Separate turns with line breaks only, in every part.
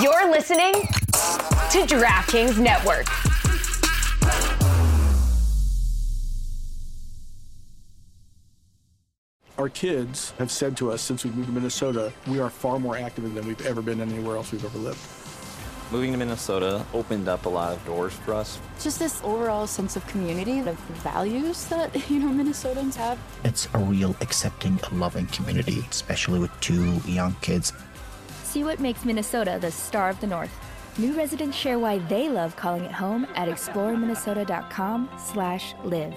You're listening to DraftKings Network.
Our kids have said to us since we moved to Minnesota, we are far more active than we've ever been anywhere else we've ever lived.
Moving to Minnesota opened up a lot of doors for us.
Just this overall sense of community, of values that, you know, Minnesotans have.
It's a real accepting, loving community, especially with two young kids.
See what makes Minnesota the star of the North. New residents share why they love calling it home at exploreminnesota.com slash live.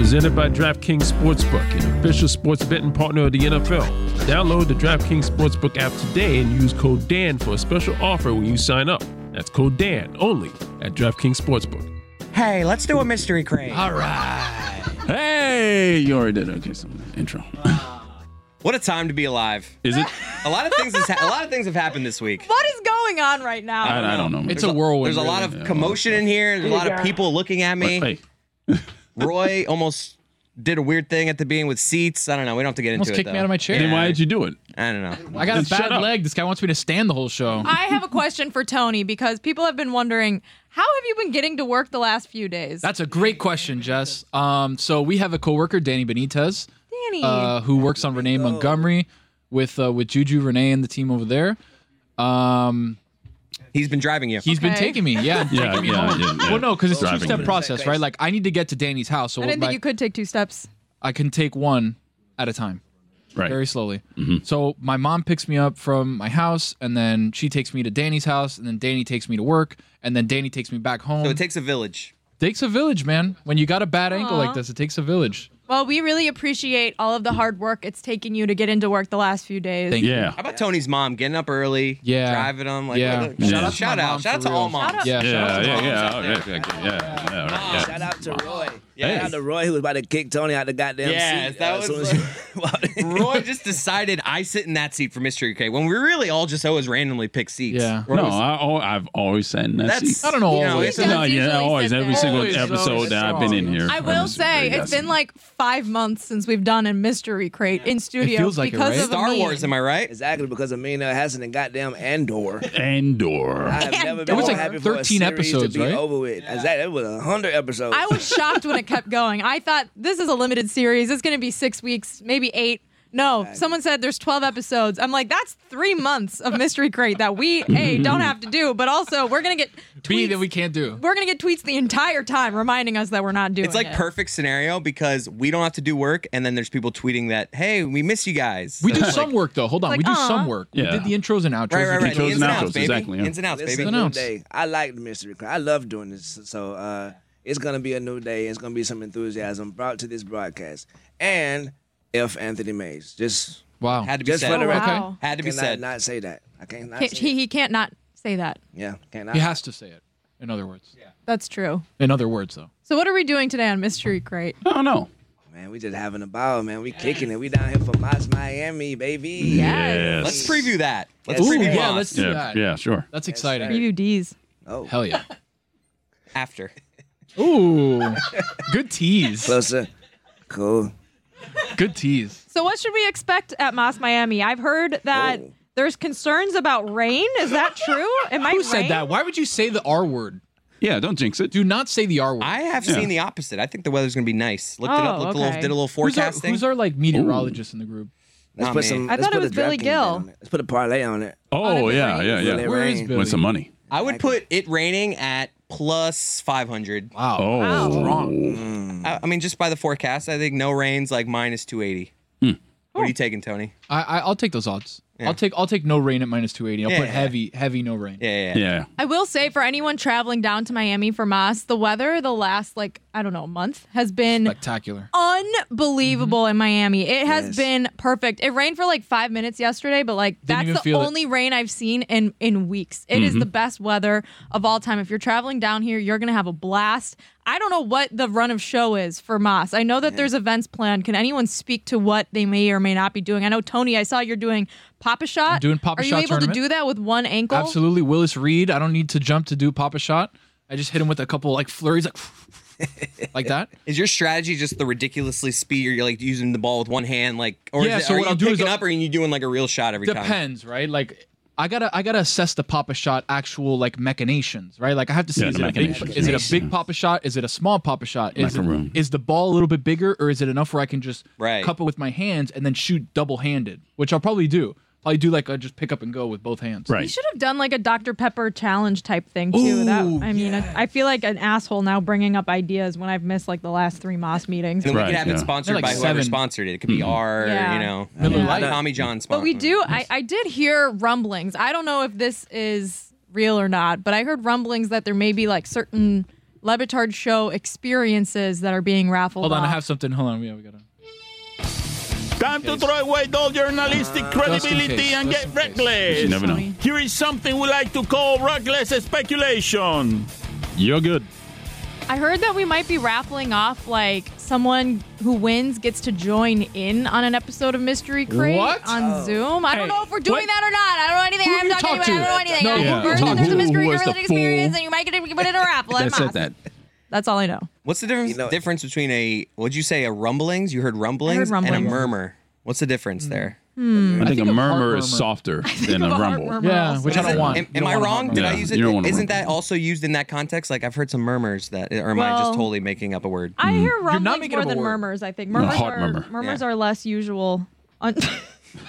Presented by DraftKings Sportsbook, an official sports betting partner of the NFL. Download the DraftKings Sportsbook app today and use code DAN for a special offer when you sign up. That's code DAN only at DraftKings Sportsbook.
Hey, let's do a mystery crate.
All right.
Hey, you already did. Okay, so intro.
Uh, What a time to be alive.
Is it?
A lot of things has ha- a lot of things have happened this week.
What is going on right now?
I, I don't know.
It's a whirlwind.
There's a lot
really.
of commotion in here. There's a lot of people looking at me.
Hey,
Roy almost did a weird thing at the beginning with seats. I don't know. We don't have to get
Almost
into it.
kicked me
though.
out of my chair.
then why did you do it?
I don't know.
I got a
Then shut
bad
up.
leg. This guy wants me to stand the whole show.
I have a question for Tony because people have been wondering how have you been getting to work the last few days?
That's a great question, Jess. Um, so we have a coworker, Danny Benitez,
Danny.
uh, who works on
Oh.
Renee Montgomery with uh, with Juju Renee and the team over there. Um,
He's been driving you.
he's been
Okay.
taking me, yeah, and
Yeah,
taking me
yeah,
home.
yeah, yeah.
Well, no, because it's two
Driving
step
me.
process, right? Like I need to get to Danny's house, Uh, so
I didn't
my-
think you could take two steps.
I can take one at a time.
Right.
very slowly. So my mom picks me up from my house, and then she takes me to Danny's house, and then Danny takes me to work, and then Danny takes me back home.
So it takes a village.
takes a village, man. When you got a bad ankle like this, it takes a village.
Well, we really appreciate all of the hard work it's taking you to get into work the last few days.
Thank
Yeah.
How about Tony's mom getting up early?
Yeah.
Driving him. Like,
Yeah.
Shout,
Yeah.
out, shout
my
out,
mom
shout out
for
to all
real.
moms.
Shout out-
Yeah.
Yeah,
to
yeah,
moms
yeah,
out
okay, okay, okay, yeah, yeah, all right, yeah.
Shout out to Roy.
Yes.
Shout out to Roy who was about to kick Tony out the goddamn
Yes,
seat.
that
uh,
was
as soon as
like-
he- walked in.
Roy just decided I sit in that seat for Mystery K when we really all just always randomly pick seats.
Yeah.
No, I, al- I've always sat in that
That's
oh,
seat.
I don't know,
you
always.
it's-
He does
No, yeah,
usually
always.
sit
Every
there.
single
Always,
episode
always,
that I've been in here.
I
for
will
this
say
very
it's
guy.
been like five months since we've done a mystery crate in studio
feels like it,
because
right?
of
Star
Amin.
Wars, am I right?
exactly because Amina hasn't in goddamn Andor. I
Andor.
have never
It
been
was
more
like
happy for a
13
series
episodes,
to be
right?
over with. Exactly, it was hundred episodes.
I was shocked when it kept going. I thought this is a limited series. It's going to be six weeks, maybe eight. No, someone said there's 12 episodes. I'm like, that's three months of Mystery Crate that we, A, don't have to do, but also we're going to get
B that
tweets-
we can't do.
We're going to get tweets the entire time reminding us that we're not doing
It's like
it.
perfect scenario because we don't have to do work, and then there's people tweeting that, "Hey, we miss you guys."
We do
So it's
some
like-
work though. Hold on,
like,
we do
uh-huh.
some work.
Yeah.
We did the intros and outros.
Right,
We
right,
did
right.
Intros
Ins
and
and outs,
outros,
baby.
exactly, yeah.
Ins and outs,
Listen,
baby.
an
new
ounce.
day. I like the mystery crate. I love doing this. So uh, it's gonna be a new day. It's gonna be some enthusiasm brought to this broadcast. And F. Anthony Mays. Just
Wow.
Had to be
Just
said. Oh,
for the
record. Wow.
Had to be
cannot
said.
not say that. I can't not
Can't-
say
he,
it.
he can't not say that.
Yeah, cannot.
He has to say it. In other words.
That's true.
In other words though.
So, what are we doing today on Mystery Crate?
I don't know.
Man, we just having a ball, man. We kicking it. We down here for Moss Miami, baby.
Yes.
Let's preview that. Let's
Ooh,
preview
yeah,
Moss
let's do
Yeah,
that.
yeah, sure.
That's exciting.
BUDs.
Oh,
Hell yeah.
after.
Ooh. Good tease.
closer. Cool.
Good tease.
So, what should we expect at Moss Miami? I've heard that
Oh.
there's concerns about rain. Is that true? Am I
Who said that? Why would you say the R word?
Yeah, don't jinx it.
Do not say the R word.
I have seen the opposite. I think the weather's gonna be nice. Looked it
Oh,
up. Looked a
okay.
little. Did a little
who's our,
forecasting.
who's our like meteorologist in the group?
Let's
Nah,
put
man.
some.
I
let's
thought it
put a
was Billy
DraftKings
Gill.
bet on it. Let's put a parlay on it.
Oh, yeah, yeah,
Let
yeah.
it
Where is
rain.
Billy?
Win some money.
I would put it raining at plus 500.
Wow.
Oh,
Strong.
I, I mean, just by the forecast, I think no rains like minus 280.
Hmm.
What are you taking, Tony?
I, I I'll take those odds. I'll take I'll take no rain at minus two eighty. I'll put
Yeah.
heavy heavy no rain.
Yeah, yeah, yeah.
yeah.
I will say for anyone traveling down to Miami for Moss, the weather the last like I don't know month has been
Spectacular. Mm-hmm.
unbelievable in Miami. It has
Yes.
been perfect. It rained for like five minutes yesterday, but like
even
that's the
feel it. Mm-hmm.
only rain I've seen in in weeks. It is the best weather of all time. If you're traveling down here, you're gonna have a blast. I don't know what the run of show is for Moss. I know that there's events planned. Can anyone speak to what they may or may not be doing? I know Tony, I saw you're doing Papa Shot?
doing Papa
Are you
Shot
able
tournament.
to do that with one ankle?
Absolutely, Willis Reed. I don't need to jump to do pop a shot. I just hit him with a couple like flurries, like like that.
Is your strategy just the ridiculously speed? You're like using the ball with one hand, like or
Yeah,
Is it,
so
are
what
you
I'll do is
picking
I'll-
up, or are you doing like a real shot every time?
Depends, right? Like I gotta I gotta assess the Papa Shot actual like machinations, right? Like I have to see
Yeah,
is,
the
it a big,
machinations.
is it a big Papa Shot? Is it a small Papa Shot? Is,
Macaroon.
it, is the ball a little bit bigger, or is it enough where I can just
Right.
cup it with my hands and then shoot double handed, which I'll probably do. Probably do like I just pick up and go with both hands.
You should have done like a Dr. Pepper challenge type thing too. that I mean, I, I feel like an asshole now bringing up ideas when I've missed like the last three Moss meetings.
And then we could have it sponsored
They're like
by whoever
seven. Mm-hmm.
sponsored it. It could be our,
Yeah.
you know,
Miller
yeah.
Lite.
Tommy John sponsor.
But we do. I, I did hear rumblings. I don't know if this is real or not, but I heard rumblings that there may be like certain Levitard show experiences that are being raffled.
Hold on, I
off.
have something. Hold on, yeah, we gotta.
Time to throw away all journalistic credibility and get reckless.
You never know. Funny.
Here is something we like to call reckless speculation.
You're good.
I heard that we might be raffling off like someone who wins gets to join in on an episode of Mystery Crate
What?
on Zoom. I don't know if we're doing
what?
that or not. I don't know anything.
Who
I haven't
you
talked to
talk
anybody. I don't know anything.
to? No,
I
yeah.
just heard that
Talk-
there's a
who-
mystery
who was
related
the
experience
fool?
and you might get to put it in a raffle. at Moss. That's all I know.
What's the difference? difference between a what'd you say a rumblings? You heard rumblings, and
rumblings.
a murmur. What's the difference there?
I think, a murmur
heart
is
murmur.
softer than a rumble.
Yeah, which I
Is
don't
it-
want.
Am,
You don't
am
want
I
a
wrong?
rumble.
Did I
Yeah,
use it?
you don't want a
Isn't that also used in that context? Like I've heard some murmurs that, or am I
Well,
just totally making up a word?
I hear rumblings
making
more
up a
than
word.
murmurs. I think
No,
murmurs
heart
are
murmur.
murmurs are less usual. Un-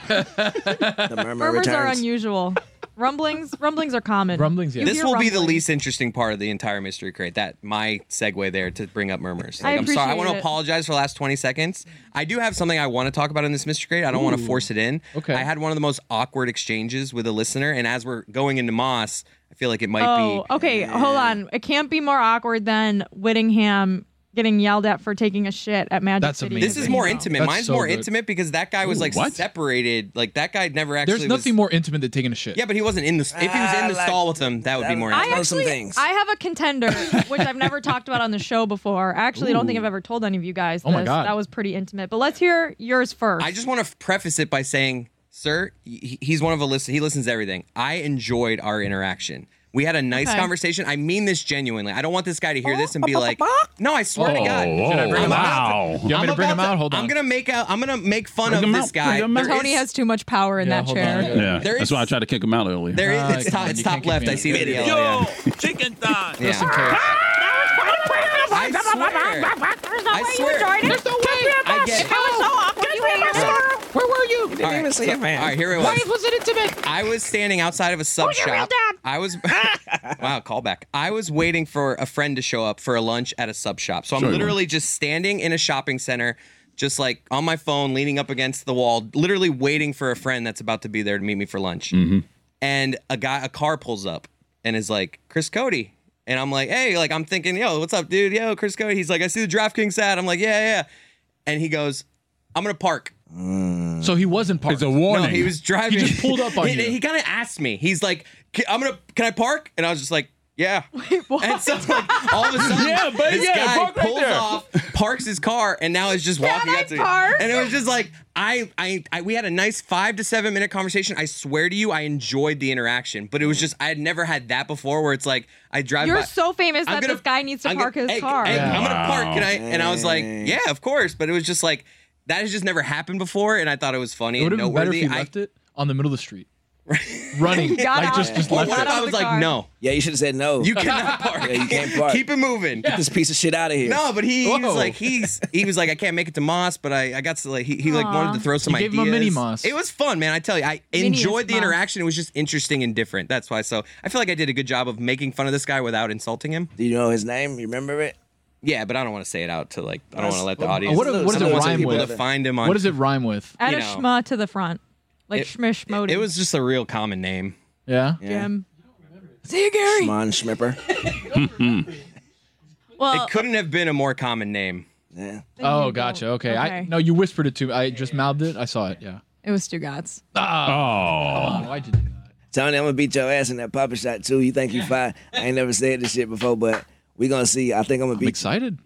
the murmur
murmurs are unusual. rumblings rumblings are common.
Rumblings,
You
This
hear
will be the
rumblings.
least interesting part of the entire mystery crate. That my segue there to bring up murmurs.
I
I'm sorry. I
appreciate
want to
it.
apologize for the last 20 seconds. I do have something I want to talk about in this mystery crate. I don't want to
Ooh.
force it in.
Okay.
I had one of the most awkward exchanges with a listener, and as we're going into Moss, I feel like it might
oh,
be.
okay. Hold on. It can't be more awkward than Whittingham getting yelled at for taking a shit at Magic City.
This is more intimate.
That's
Mine's
so
more
good.
intimate because that guy was
Ooh,
like
what?
separated. Like that guy never actually.
There's nothing
was,
more intimate than taking a shit.
Yeah, but he wasn't in the. If he was in the stall with them, that would be more.
I
intimate.
actually, I have a contender, which I've never talked about on the show before. I actually don't think I've ever told any of you guys.
Oh my
this.
God.
that was pretty intimate. But let's hear yours first.
I just want to preface it by saying, sir, he- he's one of a listen. He listens to everything. I enjoyed our interaction. We had a nice
Okay.
conversation. I mean this genuinely. I don't want this guy to hear this and be like, "No, I swear to
Oh,
God."
oh, Should I bring him wow. out? You want me to
I'm
bring
about
him out? Hold
I'm
on.
gonna make out. I'm gonna make fun
Bring
of
him
this
out,
guy.
bring him out.
There
Tony
is-
has too much power in that chair.
Yeah,
There
that's why I tried to kick him out earlier.
There is, it's top, it's top left. I see the yellow. Yeah.
Oh,
Chicken time.
Yeah. I swear.
There's
no I way swear. you joined it. There's
no way.
I get it.
was so awkward. You were
Where were you?
All right, so- all right, here it was.
was it intimate?
I was standing outside of a sub
Who's your
shop.
real dad?
I was wow, callback. I was waiting for a friend to show up for a lunch at a sub shop. So I'm
Sure you
literally just standing in a shopping center, just like on my phone, leaning up against the wall, literally waiting for a friend that's about to be there to meet me for lunch. And a guy, a car pulls up and is like, "Chris Cody." And I'm like, "Hey, like I'm thinking, yo, what's up, dude? Yo, Chris Cody." He's like, "I see the DraftKings ad." I'm like, "Yeah, yeah." And he goes, "I'm gonna park."
So he wasn't parked. It's a
No, he was driving.
He just pulled up on
he,
you.
He kind of asked me. He's like, "Can- "I'm gonna, can I park?" And I was just like, "Yeah." And so like all of a sudden,
Yeah, buddy,
this
yeah,
guy
park right
pulls
there.
off, parks his car, and now is just
Can
walking
I
up to
park?
me. And it was just like, I, I, I, we had a nice five to seven minute conversation. I swear to you, I enjoyed the interaction, but it was just I had never had that before, where it's like I drive.
You're
by-
so famous
I'm
that
gonna-
this guy needs to
I'm gonna-
park his
hey,
car.
hey, I'm gonna park,
Wow.
and I and I was like, yeah, of course. But it was just like that has just never happened before, and I thought it was funny.
It would
and
have been better if
noteworthy.
he
I-
left it on the middle of the street, running.
Got
like
out.
just, just
Or
left
what
it.
if I was like, no.
Yeah, you should have said no.
You cannot park.
Yeah, you can't park.
Keep it moving.
Get this piece of shit out of here.
No, but he, he was
Whoa.
like he's he was like I can't make it to Moss, but I I got to like he, he like
Aw.
wanted to throw some
You gave
ideas.
him a mini Moss.
It was fun, man. I tell you, I
Mini
enjoyed the
Moss.
interaction. It was just interesting and different. That's why. So I feel like I did a good job of making fun of this guy without insulting him.
Do you know his name? You remember it?
Yeah, but I don't want to say it out to like I don't
That's-
want to let the
Well,
audience.
what, what does
I
it
don't want
rhyme
people
with?
To find him on.
What does it rhyme with?
Add
you
a
know.
schma to the front, like
It-
schmish modi.
It was just a real common name.
Yeah.
Jim. See you, Gary.
Schmon Schmipper.
Well,
it couldn't have been a more common name.
Yeah.
Oh, gotcha. Okay. I
Okay.
no, you whispered it to me. I just mouthed it. I saw it. Yeah.
It was Stugatz.
Oh. Why'd you do that?
Tony, I'm gonna beat your ass in that puppet shot too. You think you fine? I ain't never said this shit before, but We're gonna see. I think I'm gonna be
excited.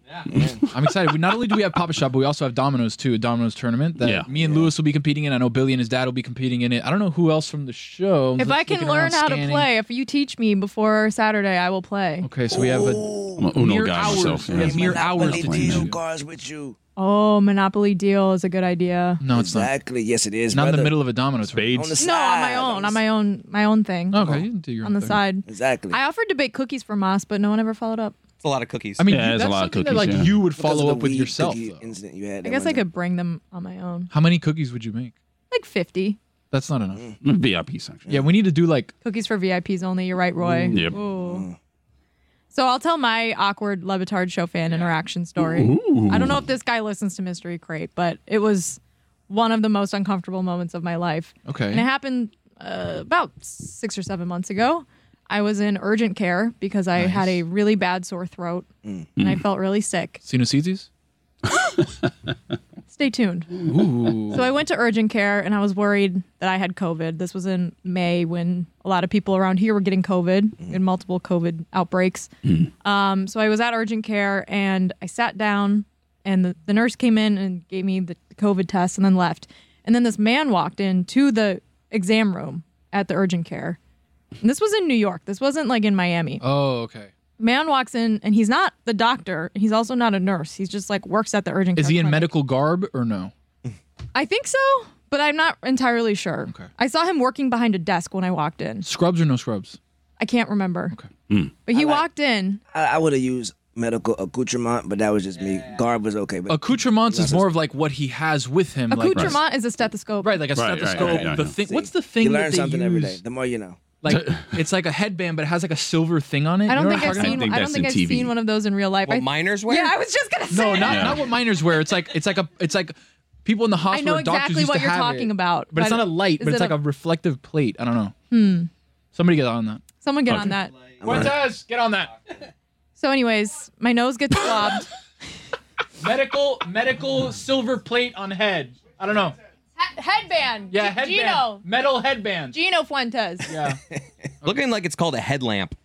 I'm excited. We not only do we have Papa Shop, but we also have Domino's too, a Domino's tournament that
Yeah.
me and Lewis will be competing in. I know Billy and his dad will be competing in it. I don't know who else from the show. I'm
If
just
I can
looking around,
learn how to
scanning.
play, if you teach me before Saturday, I will play.
Okay, so we have
I'm
a
a Uno
mere
guy
hours.
myself,
we have
yeah.
mere hours
Monopoly
to teach
deal
you.
cards with you.
Oh, Monopoly Deal is a good idea.
No, it's not.
Exactly. Yes, it is.
Not in
brother.
the middle of a Domino's
Spades.
On the
No, on
side,
my own, on my own, my own thing.
Okay, you can do your
on
own
the
thing.
side.
Exactly.
I offered to bake cookies for Moss, but no one ever followed up.
It's a lot of cookies.
I mean, you- that's something that like you would follow up with yourself.
cookie
though.
incident you had.
I guess I could bring them on my own,
How many cookies would you make?
like fifty
That's not enough.
VIP section.
Yeah, we need to do like
cookies for VIPs only. You're right, Roy.
Yep.
Ooh. So I'll tell my awkward Levitard show fan interaction story. I don't know if this guy listens to Mystery Crate, but it was one of the most uncomfortable moments of my life.
Okay.
And it happened uh, about six or seven months ago. I was in urgent care because I had a really bad sore throat
Mm.
and I felt really sick.
sinusides.
Stay tuned.
Ooh.
So I went to urgent care and I was worried that I had COVID. This was in May when a lot of people around here were getting COVID
Mm.
in multiple COVID outbreaks. Um, so I was at urgent care and I sat down and the, the nurse came in and gave me the COVID test and then left. And then this man walked in to the exam room at the urgent care. And this was in New York. This wasn't like in Miami.
Oh, okay.
Man walks in and he's not the doctor. He's also not a nurse. He's just like works at the urgent
Is
care.
he in
clinic.
medical garb or no?
I think so, but I'm not entirely sure. Okay. I saw him working behind a desk when I walked in.
Scrubs or no scrubs?
I can't remember. Okay.
Mm.
But he walked in.
I, I would have used medical accoutrement, but that was just me. Garb was okay, but
Accoutrements is more of like what he has with him. like-
Accoutrement is a stethoscope.
Right, like a stethoscope. the thing. What's the thing
you
that
learn
they
something every day.
use?
The more you know.
Like it's like a headband, but it has like a silver thing on it.
I
You
don't
know
think I've
what I'm talking
seen.
about?
I, don't think I've seen one of those in real life.
What
I-
miners wear?
Yeah, I was just gonna say.
No,
that.
not not what miners wear. It's like it's like a it's like people in the hospital.
know
or doctors
exactly
used
what
to
you're
have
talking
it.
about,
but it's
but
not a light.
is
But
it
it's like
a-
a reflective plate. I don't know.
Hmm.
Somebody get on that.
Someone get on
Okay.
that.
Cortez, get on that.
So, anyways, my nose gets swabbed.
Medical medical silver plate on head. I don't know.
headband.
Yeah, headband.
Gino.
Metal headband.
Gino Fuentes.
Yeah.
Looking like it's called a headlamp.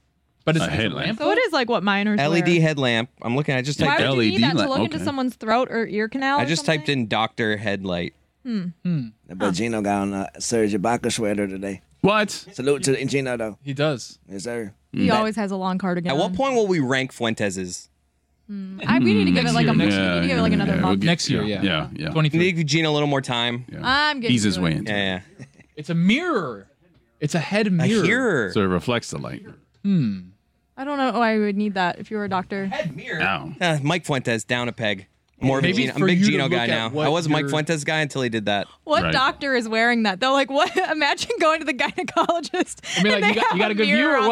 But
it's a headlamp.
So it is like what minors
LED
wear.
headlamp. I'm looking. I just
Why
typed
would you need that to look into
Okay.
someone's throat or ear canal?
I
or
just typed in doctor headlight.
something? Hmm.
But Gino got on a Serge Ibaka sweater today.
What?
Salute to Gino though.
He does.
Yes, sir.
He always has a long cardigan.
At
on.
what point will we rank Fuentes's?
I, we need to give it
Next
like a
year.
month. we
Yeah,
need to give it like
yeah,
another
yeah, we'll
month.
get-
Next year, yeah.
Yeah, yeah.
You need to give Gina a little more time.
I'm getting. to it.
into
Yeah.
It's a mirror. It's a head mirror.
So it reflects the light.
Hmm.
I don't know why I would need that if you were a doctor.
Ow.
Uh, Mike Fuentes down a peg. More of a
Maybe
Gino. I'm
for
a big
you to
Gino
look
guy
at
now.
what
I was a Mike
your-
Fuentes guy until he did that.
What doctor is wearing that though? Like, what? Imagine going to the gynecologist.
I mean,
and
like,
they
you got,
have
you got a good view
mirror
or
on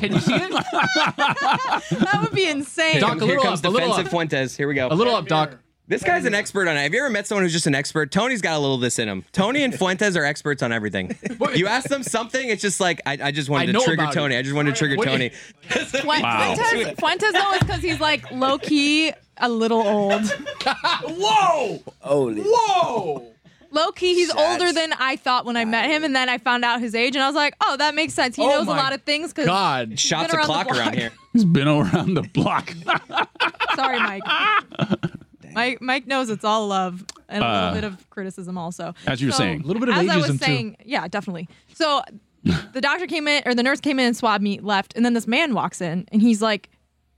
their-
Can you see it?
that would be insane.
Here, comes- here comes defensive Fuentes. Here we go.
A little up, Doc.
This guy's an expert on it. Have you ever met someone who's just an expert? Tony's got a little of this in him. Tony and Fuentes are experts on everything. You ask them something, it's just like I, I just
I
wanted
know
to trigger
about it.
Tony. I just wanted to trigger
What-
Tony.
Fuentes,
Wow.
Fuentes, Fuentes though is because he's like low key, a little old.
Whoa!
Holy.
Whoa!
Low key, he's
Shots
older than I thought when I met him, and then I found out his age, and I was like, "Oh, that makes sense. He
Oh
knows a
my
lot of things." Cause
God.
he's
Shots
been
a
around the
clock
block.
around here.
He's been around the block.
Sorry, Mike. Mike Mike knows it's all love and a
Uh,
little bit of criticism also.
as you were
So,
saying. Little
bit of
as I was
ageism, too.
saying, yeah, definitely. So the doctor came in or the nurse came in and swabbed me, left, and then this man walks in and he's like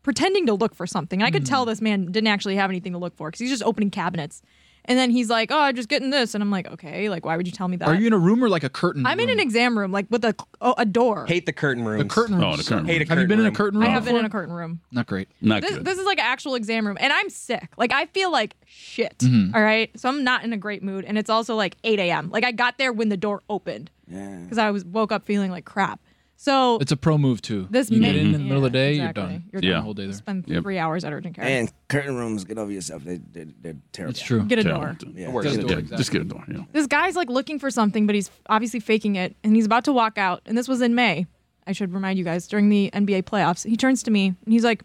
pretending to look for something. And I could
Mm-hmm.
tell this man didn't actually have anything to look for because he's just opening cabinets. And then he's like, "Oh, I'm just getting this," and I'm like, "Okay, like why would you tell me that?"
Are you in a room or like a curtain?
I'm in an
room?
exam room, like with a oh, a door.
Hate the curtain room.
The curtain room.
Oh, the curtain
Have
room.
you been in a curtain room?
I have been
before?
in a curtain room.
Not great.
Not
this,
good.
this is like an actual exam room and i'm sick like i feel like shit
Mm-hmm.
Mhm.
all right so i'm not in a great mood and it's also like 8 a.m like i got there when the door opened
Yeah.
because i was woke up feeling like crap so
It's a pro move too.
This
you get
ma-
in, in the middle of the day,
exactly.
you're done.
You're
yeah.
done.
whole day there.
spend
Yep.
three hours at urgent care
And curtain rooms, get over yourself. They, they, they're terrible.
It's true.
Get a
Terrible.
door.
Yeah,
Just
get a
get-
door,
Just get a door. Yeah.
this guy's like looking for something but he's obviously faking it and he's about to walk out and this was in may i should remind you guys during the nba playoffs he turns to me and he's like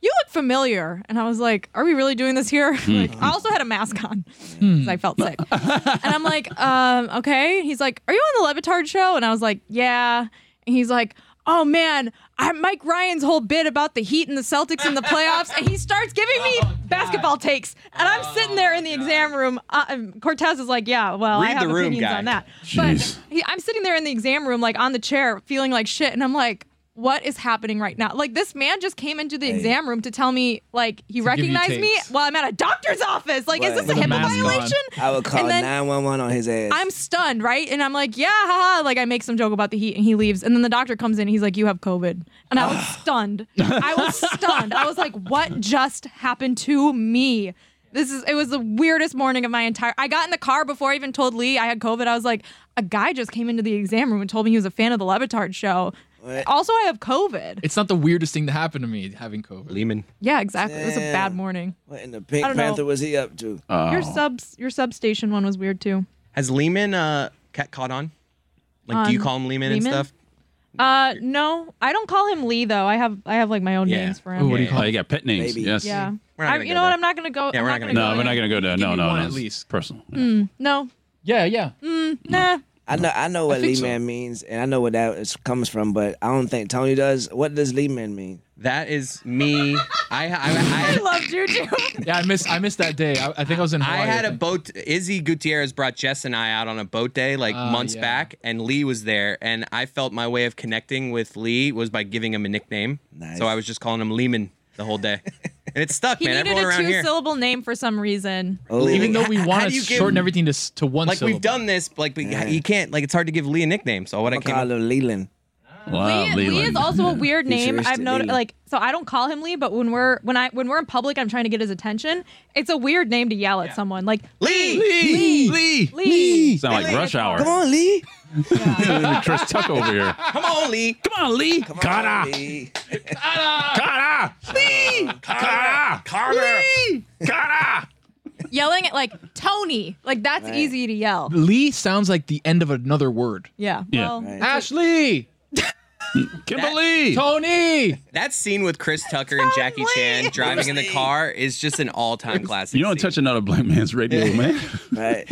you look familiar and i was like are we really doing this here
Hmm.
like i also had a mask on because I felt sick. and I'm like, um, okay. He's like, are you on the Levitard show? And I was like, yeah. And he's like, oh man, I, Mike Ryan's whole bit about the Heat and the Celtics in the playoffs, and he starts giving me basketball takes, and I'm sitting there in the exam room. Uh, um, Cortez is like, yeah, well, I
Read the
have
room,
opinions
guy.
on that,
Jeez.
but he, I'm sitting there in the exam room, like on the chair, feeling like shit, and I'm like. What is happening right now? Like this man just came into the exam room to tell me, like he
give you
recognized me
takes.
while I'm at a doctor's office. Like, is
Right.
this a HIPAA violation?
I would call
And then-
911 on his ass.
I'm stunned, right? And I'm like, yeah, haha. Like I make some joke about the heat, and he leaves. And then the doctor comes in, and he's like, you have COVID. And I was stunned. I was stunned. I was like, what just happened to me? This is. It was the weirdest morning of my entire. I got in the car before I even told Lee I had COVID. I was like, a guy just came into the exam room and told me he was a fan of the Levitard show. Also, I have COVID.
It's not the weirdest thing that happened to me having COVID.
Lehman.
Yeah, exactly. It was a bad
Damn.
morning.
What in the Pink
I don't know.
Panther was he up to?
Your subs, your substation one was weird too.
Has Lehman uh, ca- caught on? Like, do you
Um,
call him Lehman,
Lehman?
and stuff?
Uh, no, I don't call him Lee though. I have I have like my own names for him.
what do you call? it? you got pet names.
Baby.
Yes.
Yeah.
We're not
I,
gonna
you
go
know what?
there.
I'm not gonna go.
Yeah,
I'm
we're
not
not
gonna.
gonna. No, we're not gonna go there. No,
me
no,
one
no.
at
At least personal.
Mm, no.
Yeah, yeah.
Mm, nah.
I know I know what Lee Man means, and I know where that is, comes from, but I don't think Tony does. What does Lee Man mean?
That is me. I, I, I,
love Juju.
yeah, I missed I missed that day. I, I think I was in. Hawaii,
I had
I
a
think.
boat. Izzy Gutierrez brought Jess and I out on a boat day like
Uh,
Ah,
months
yeah.
back, and Lee was there. And I felt my way of connecting with Lee was by giving him a nickname.
Nice.
So I was just calling him Lehman the whole day, and it stuck,
He
man.
needed
Everyone
a
around here.
two-syllable name for some reason.
Even though
How-
we
how
want
do
to
you give-
shorten everything to s- to one
like
syllable.
we've done this, but, like but you can't. Like it's hard to give Lee a nickname. So what i came
call him Leland.
Wow,
Lee is also a weird name.
Futuristic
I've noticed,
Lee.
like, so I don't call him Lee, but when we're when I when we're in public, I'm trying to get his attention. It's a weird name to yell at someone, like
Lee,
Lee,
Lee,
Lee.
Sound like rush hour.
Come on, Lee.
Chris Tuck over here.
Come
Oh,
on, Lee.
Come on, Lee. Kata.
Lee.
Kata. Lee. Kata. Carter. Kata.
yelling at like Tony. Like that's easy to yell.
Lee sounds like the end of another word.
Yeah.
Yeah.
Well,
Ashley,
Kimberly,
Tony.
That scene with Chris Tucker and Jackie Chan driving in the car is just an all-time classic.
You don't touch another black man's radio, man.
Right.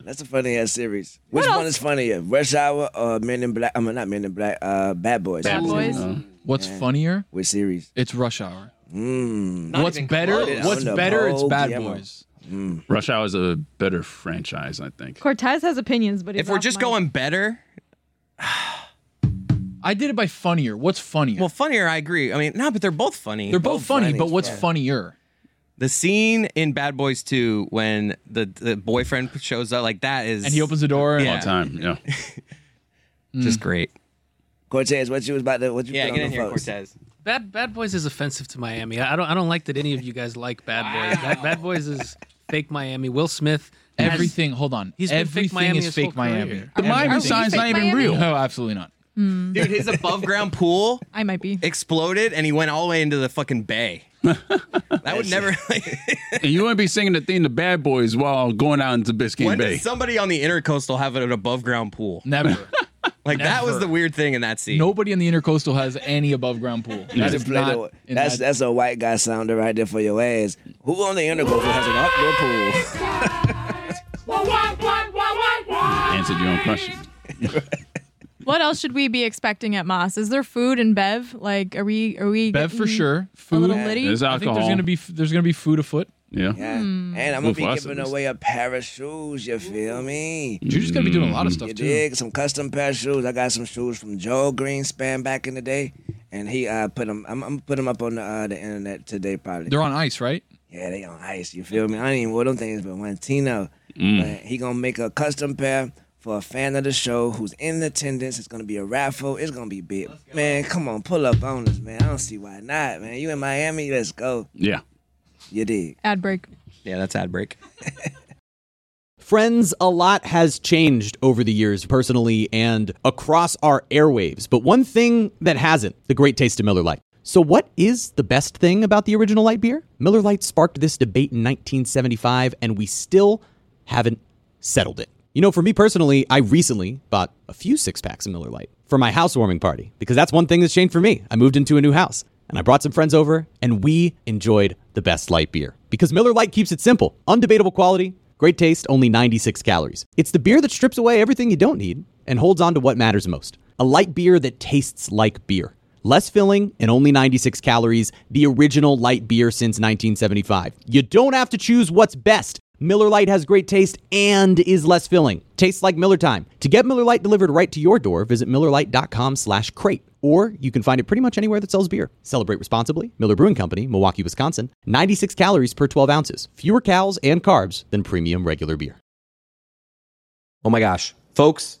That's a funny ass series. Which
What
one
else?
is funnier, Rush Hour or Men in Black? I mean, not Men in Black. Uh, Bad Boys.
Bad Boys.
What's funnier?
Which series?
It's Rush Hour.
Mm.
What's better?
close.
What's
Under
better? It's
Paul
Bad
Giamatti.
Boys.
Rush Hour is a better franchise, I think.
Cortez has opinions, but he's
If we're
off
just
mic.
going better,
I did it by funnier. What's funnier?
well, funnier. I agree. I mean, no, but they're both funny.
They're both, funny, but what's
yeah.
funnier?
The scene in Bad Boys 2 when the, the boyfriend shows up, like that is
And he opens the door. And
Yeah.
All time, yeah.
just great.
Cortez, what you was about to? What you? put on the folks?
Bad Bad Boys is offensive to Miami. I I don't I don't like that any of you guys like Bad Boys. Bad, Bad Boys is fake Miami. Will Smith. has-
Everything. Hold on.
He's been fake
everything
Miami
is
his
fake
whole
Miami.
career.
The Miami
Everything.
sign's not
Fake
even
Miami?
real.
No, absolutely not.
Dude, his above ground pool
I might be.
exploded and he went all the way into the fucking bay. That would never like
And you wouldn't be singing the theme to Bad Boys while going out into Biscayne
when
Bay.
did somebody on the intercoastal have an above ground pool?
Never.
Like that was
Never.
the weird thing in that scene.
Nobody in the intercoastal has any above ground pool. That
That's,
is
a play
not. in
that's,
that-
that's a white guy sounder right there for your ass. Who on the intercoastal has an outdoor pool?
Answered your own question.
What else should we be expecting at Moss? Is there food and bev? Like, are we are we
Bev for
getting
sure.
A
Food.
little litty.
There's
I think
alcohol.
there's gonna be there's gonna be food afoot.
yeah.
Yeah. And I'm gonna
Well,
be
for us, at
giving
least.
away a pair of shoes. You feel me?
Juju's gonna be doing a lot of stuff
Mm, You
too.
dig? Some custom pair of shoes. I got some shoes from Joe Greenspan back in the day, and he uh put them. I'm, I'm put them up on the uh, the internet today probably.
They're on ice, right?
yeah, they on ice. You feel me? I ain't even wear them things, but when Tino,
Mm.
but he gonna make a custom pair. For a fan of the show who's in attendance, it's gonna be a raffle. It's gonna be big, man. Come on, pull up on us, man. I don't see why not, man. You in Miami? Let's go.
Yeah.
You dig?
Ad break.
Yeah, that's ad break.
Friends, a lot has changed over the years, personally and across our airwaves. But one thing that hasn't the great taste of Miller Lite. So, what is the best thing about the original light beer? Miller Lite sparked this debate in 1975, and we still haven't settled it. You know, for me personally, I recently bought a few six packs of Miller Lite for my housewarming party because that's one thing that's changed for me. I moved into a new house and I brought some friends over and we enjoyed the best light beer because Miller Lite keeps it simple, undebatable quality, great taste, only 96 calories. It's the beer that strips away everything you don't need and holds on to what matters most. a light beer that tastes like beer. Less filling and only 96 calories, the original light beer since 1975. You don't have to choose what's best. Miller Lite has great taste and is less filling. Tastes like Miller time. To get Miller Lite delivered right to your door, visit MillerLite.com slash crate. Or you can find it pretty much anywhere that sells beer. Celebrate responsibly. Miller Brewing Company, Milwaukee, Wisconsin. 96 calories per 12 ounces. Fewer calories and carbs than premium regular beer.
Oh my gosh. Folks,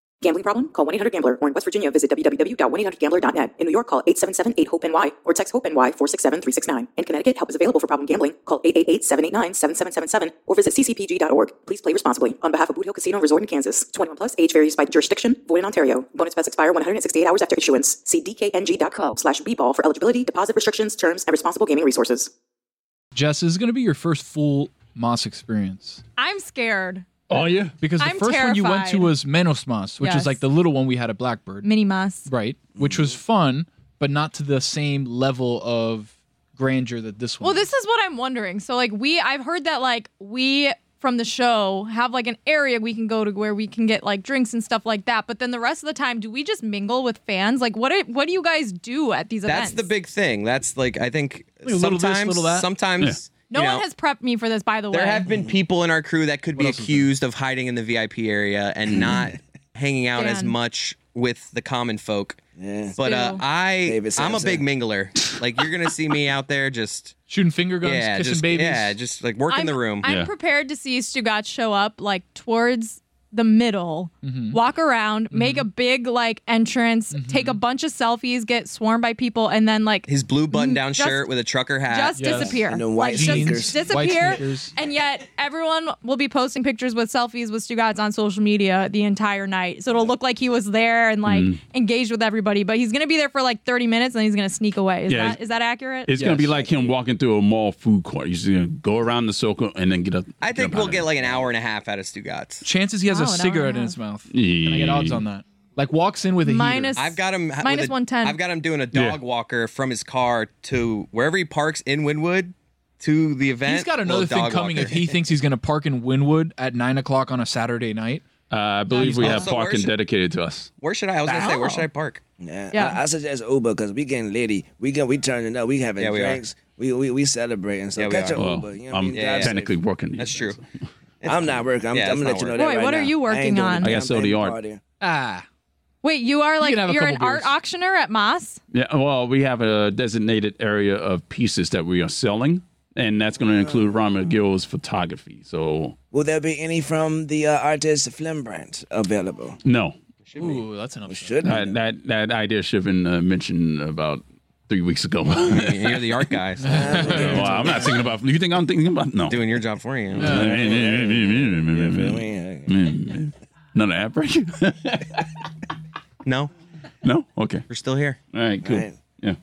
Gambling problem? Call 1-800-GAMBLER or in West Virginia, visit www.1800gambler.net. In New York, call 877-8-HOPE-NY or text HOPE-NY 467-369. In Connecticut, help is available for problem gambling. Call 888-789-7777 or visit ccpg.org. Please play responsibly. On behalf of Boot Hill Casino Resort in Kansas, 21 plus, age varies by jurisdiction, void in Ontario. Bonus bets expire 168 hours after issuance. See dkng.co slash bball for eligibility, deposit restrictions, terms, and responsible gaming resources.
Jess, this is going to be your first full Moss experience.
I'm scared.
Oh yeah, because the
I'm
first one you went to
terrified.
was Menos Mas, which
Yes.
is like the little one we had at Blackbird,
Mini Moss.
right? Which was fun, but not to the same level of grandeur that this one.
Well, this is what I'm wondering. So, like, we, I've heard that, like, we from the show have, like, an area we can go to where we can get, like, drinks and stuff like that. But then the rest of the time, do we just mingle with fans? Like, what, do- what do you guys do at these events?
That's the big thing. That's like I think
Like a little
sometimes
this, little that.
sometimes
no
you
one
know,
has prepped me for this, by the way.
There have been people in our crew that could be accused of hiding in the VIP area and not hanging out as
Dan.
much with the common folk. But uh,
Oh.
Still.
I,
David
I'm a
Sampson.
big mingler. Like you're gonna see me out there just
shooting finger guns,
yeah,
kissing
just,
babies.
yeah, just like working
I'm,
the room.
I'm prepared to see Stugat show up, like, towards the middle,
Mm-hmm.
walk around, make a big, like, entrance, take a bunch of selfies, get swarmed by people, and then, like,
His blue
Mm,
button-down
Just-
shirt with a trucker hat,
just disappear. like, Just disappear. and yet, everyone will be posting pictures with selfies with Stu Gods on social media the entire night. So it'll look like he was there and like
Mm.
engaged with everybody. But he's gonna be there for like 30 minutes, and then he's gonna sneak away. Is
Yeah,
that
it's-
is that accurate?
It's gonna be like him walking through a mall food court. You're just gonna go around the circle and then get up.
I think we'll get like an hour and a half out of Stugatz.
Chances he has a
Oh, an hour and
cigarette
a
in
half.
his mouth. Can I get odds on that? Like walks in with a heater.
I've got him with
minus
a-
110.
I've got him doing a dog walker from his car to wherever he parks in Winwood to the event.
He's got
Little
another thing
dog
coming
walker.
if he thinks he's going to park in Winwood at nine o'clock on a Saturday night.
Uh, I believe we
Oh,
have
so where
parking
should-
dedicated to us.
Where should I? I was gonna say, where should I
Oh.
park?
Yeah,
Yeah.
I, I suggest Uber because we getting litty. We get we turning up. We having
Yeah, we are.
drinks. We, we we celebrating. So
Yeah, we
catch
are.
an
Well,
Uber. You know what I
I'm
mean? Drive safe.
technically working. That's
true.
I'm not working. I'm,
Yeah,
I'm
it's
gonna
not
let you know that
working. Boy,
right
what
now.
are you
I ain't
working
doing
on?
the
I got
damn
soda
thing
yard.
party.
Ah.
Wait, you are like
have a
you're an
couple
art auctioner at Moss.
Yeah, well, we have a designated area of pieces that we are selling, and that's going to include Ron McGill's photography. So,
Will there be any from the uh, artist Flim brand available?
no,
Ooh, that's an
upset.
that that, that idea should have been uh, mentioned about three weeks ago.
You're the art guy. so-
well, I'm not thinking about. You think I'm thinking about? No,
doing your job for you.
None of that break.
no,
no. Okay,
we're still here.
All right, cool.
Right.
Yeah,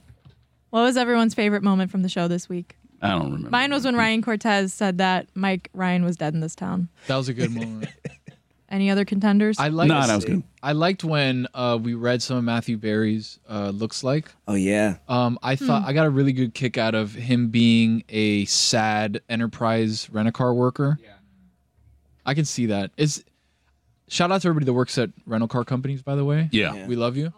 What was everyone's favorite moment from the show this week?
I don't remember.
Mine was when Ryan Cortez said that Mike Ryan was dead in this town.
That was a good moment.
Any other contenders?
I liked. I liked when uh, we read some of Matthew Barry's uh, looks like.
Oh yeah.
Um, I thought
Hmm.
I got a really good kick out of him being a sad enterprise rent a car worker. Yeah. I can see that. It's shout out to everybody that works at rental car companies, by the way.
Yeah. Yeah.
We love you.